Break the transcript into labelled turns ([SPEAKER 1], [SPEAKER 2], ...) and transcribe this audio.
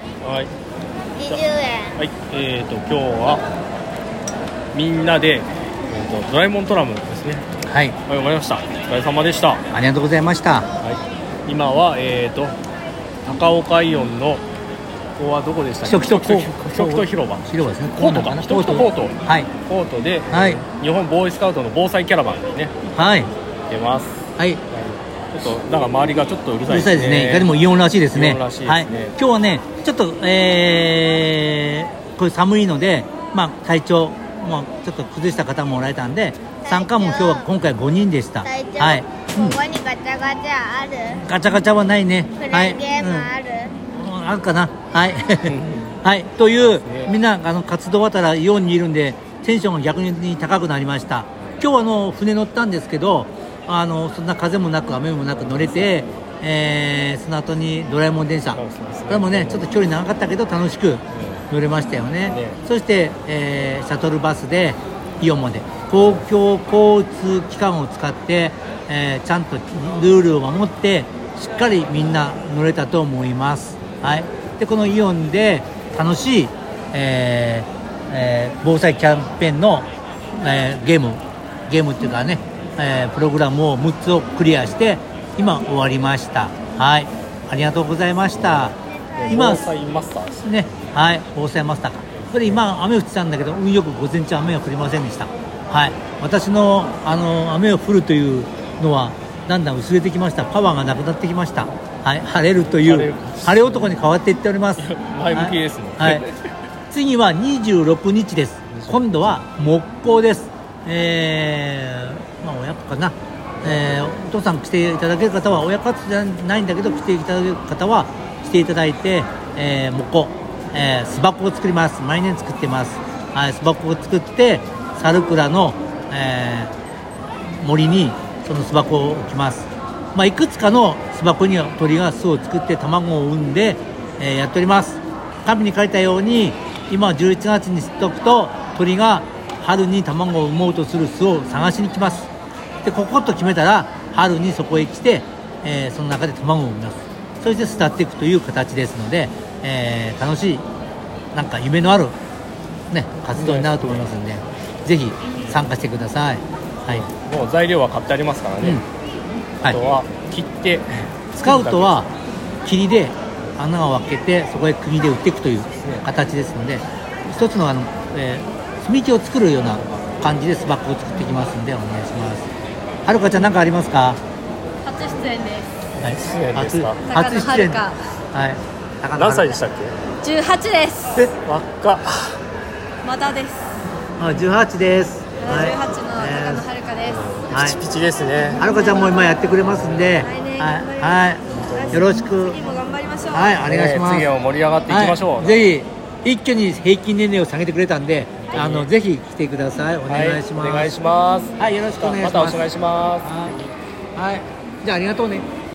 [SPEAKER 1] はい
[SPEAKER 2] 20円
[SPEAKER 1] はい、えー、と今日はみんなで、えー、とドラえもんトラムですね
[SPEAKER 3] はい
[SPEAKER 1] はいわかりましたお疲れ様でした、は
[SPEAKER 3] ありがとうございました
[SPEAKER 1] い、今はえっ、と高岡イオンのここはどこでしたっけ
[SPEAKER 3] 人々コー
[SPEAKER 1] 人々広場
[SPEAKER 3] 広場ですね
[SPEAKER 1] コートかな人々コート
[SPEAKER 3] はい
[SPEAKER 1] コートで
[SPEAKER 3] はい
[SPEAKER 1] 日本ボーイスカウトの防災キャラバンにね
[SPEAKER 3] はい
[SPEAKER 1] 出ます
[SPEAKER 3] はい
[SPEAKER 1] ちょっとなんか周りがちょっとうる
[SPEAKER 3] う
[SPEAKER 1] さいで
[SPEAKER 3] る
[SPEAKER 1] す
[SPEAKER 3] さ
[SPEAKER 1] ね
[SPEAKER 3] いですねいかにもイオンらしいですね
[SPEAKER 1] イオンらしいですね
[SPEAKER 3] はい、今日はねちょっとえー、これ寒いのでまあ体調もちょっと崩した方もおられたんで参加も今日は今回5人でした
[SPEAKER 2] 体調、
[SPEAKER 3] はい、うん
[SPEAKER 2] ここにガチャガチャある
[SPEAKER 3] ガチャガチャはないね
[SPEAKER 2] プレイ
[SPEAKER 3] はい、
[SPEAKER 2] ゲームある、
[SPEAKER 3] うん、あるかなはいはいという
[SPEAKER 1] ね
[SPEAKER 3] みんなあの活動終わったらイオンにいるんでテンションが逆に高くなりました今日はあの船乗ったんですけどあのそんな風もなく雨もなく乗れて、えーその後にドラえもん電車
[SPEAKER 1] そうそうそう
[SPEAKER 3] でもねちょっと距離長かったけど楽しく乗れましたよね
[SPEAKER 1] ね
[SPEAKER 3] そして、えーシャトルバスでイオンまで公共交通機関を使って、えーちゃんとルールを守ってしっかりみんな乗れたと思います、はい、でこのイオンで楽しい、えーえー防災キャンペーンの、えーゲームゲームっていうかね、えープログラムを6つをクリアして今終わりましたはいありがとうございました今
[SPEAKER 1] 防災マスターです
[SPEAKER 3] ね、はい、防災マスターか。これ今雨降ってたんだけど、運よく午前中雨は降りませんでした。はい、私のあの雨を降るというのはだんだん薄れてきました。パワーがなくなってきました。はい、晴れるとい
[SPEAKER 1] 晴れ
[SPEAKER 3] う
[SPEAKER 1] る
[SPEAKER 3] 晴れ男に変わっていっております。
[SPEAKER 1] 前向きですね
[SPEAKER 3] はい。はい次は26日です。今度は木工です。えー、まあ親子かな。えーお父さん来ていただける方は親活じゃないんだけど来ていただける方は来ていただいて、えー木工、えー巣箱を作ります毎年作ってます、はい、巣箱を作って猿倉の、えー森にその巣箱を置きます、まあ、いくつかの巣箱には鳥が巣を作って卵を産んで、えーやっております神に書いたように今11月に知っておくと鳥が春に卵を産もうとする巣を探しに来ますでここと決めたら春にそこへ来て、えーその中で卵を産みますそして巣立っていくという形ですので、えー楽しいなんか夢のある、ね、活動になると思いますのでぜひ参加してください、はい、
[SPEAKER 1] もう材料は買ってありますからね、
[SPEAKER 3] うんは
[SPEAKER 1] あと
[SPEAKER 3] い、
[SPEAKER 1] は切って
[SPEAKER 3] スカウトは霧で穴を開けてそこへ釘で打っていくという形ですので一つのあの、えー積み木を作るような感じで巣箱を作っていきますのでお願いしますはるかちゃん何かありますか
[SPEAKER 4] 初出演です。
[SPEAKER 3] はい
[SPEAKER 1] 出演ですか
[SPEAKER 3] 初初出演
[SPEAKER 4] 高野遥
[SPEAKER 3] はい高野遥
[SPEAKER 1] 何歳でしたっ
[SPEAKER 4] 十八です。
[SPEAKER 1] けえ若っ
[SPEAKER 4] またです。
[SPEAKER 3] あ18です
[SPEAKER 4] 十
[SPEAKER 3] はい
[SPEAKER 4] 八の高野遥香です。
[SPEAKER 3] は
[SPEAKER 1] ピチ
[SPEAKER 3] い
[SPEAKER 1] ピチですね
[SPEAKER 3] はるかちゃんも今やってくれますんで
[SPEAKER 4] 来年頑張り
[SPEAKER 3] はい、はい、よろしく
[SPEAKER 4] 次も頑張りましょう。
[SPEAKER 3] はいお願いしま
[SPEAKER 1] ね
[SPEAKER 3] す、
[SPEAKER 1] 次は盛り上がっていきましょう、
[SPEAKER 3] はい、ぜひ一挙に平均年齢を下げてくれたんで、あのぜひ来てくださいお願いします、
[SPEAKER 1] お願いします
[SPEAKER 3] はいよろしくお願いします
[SPEAKER 1] またお願いします
[SPEAKER 3] はい、はい、じゃあありがとうね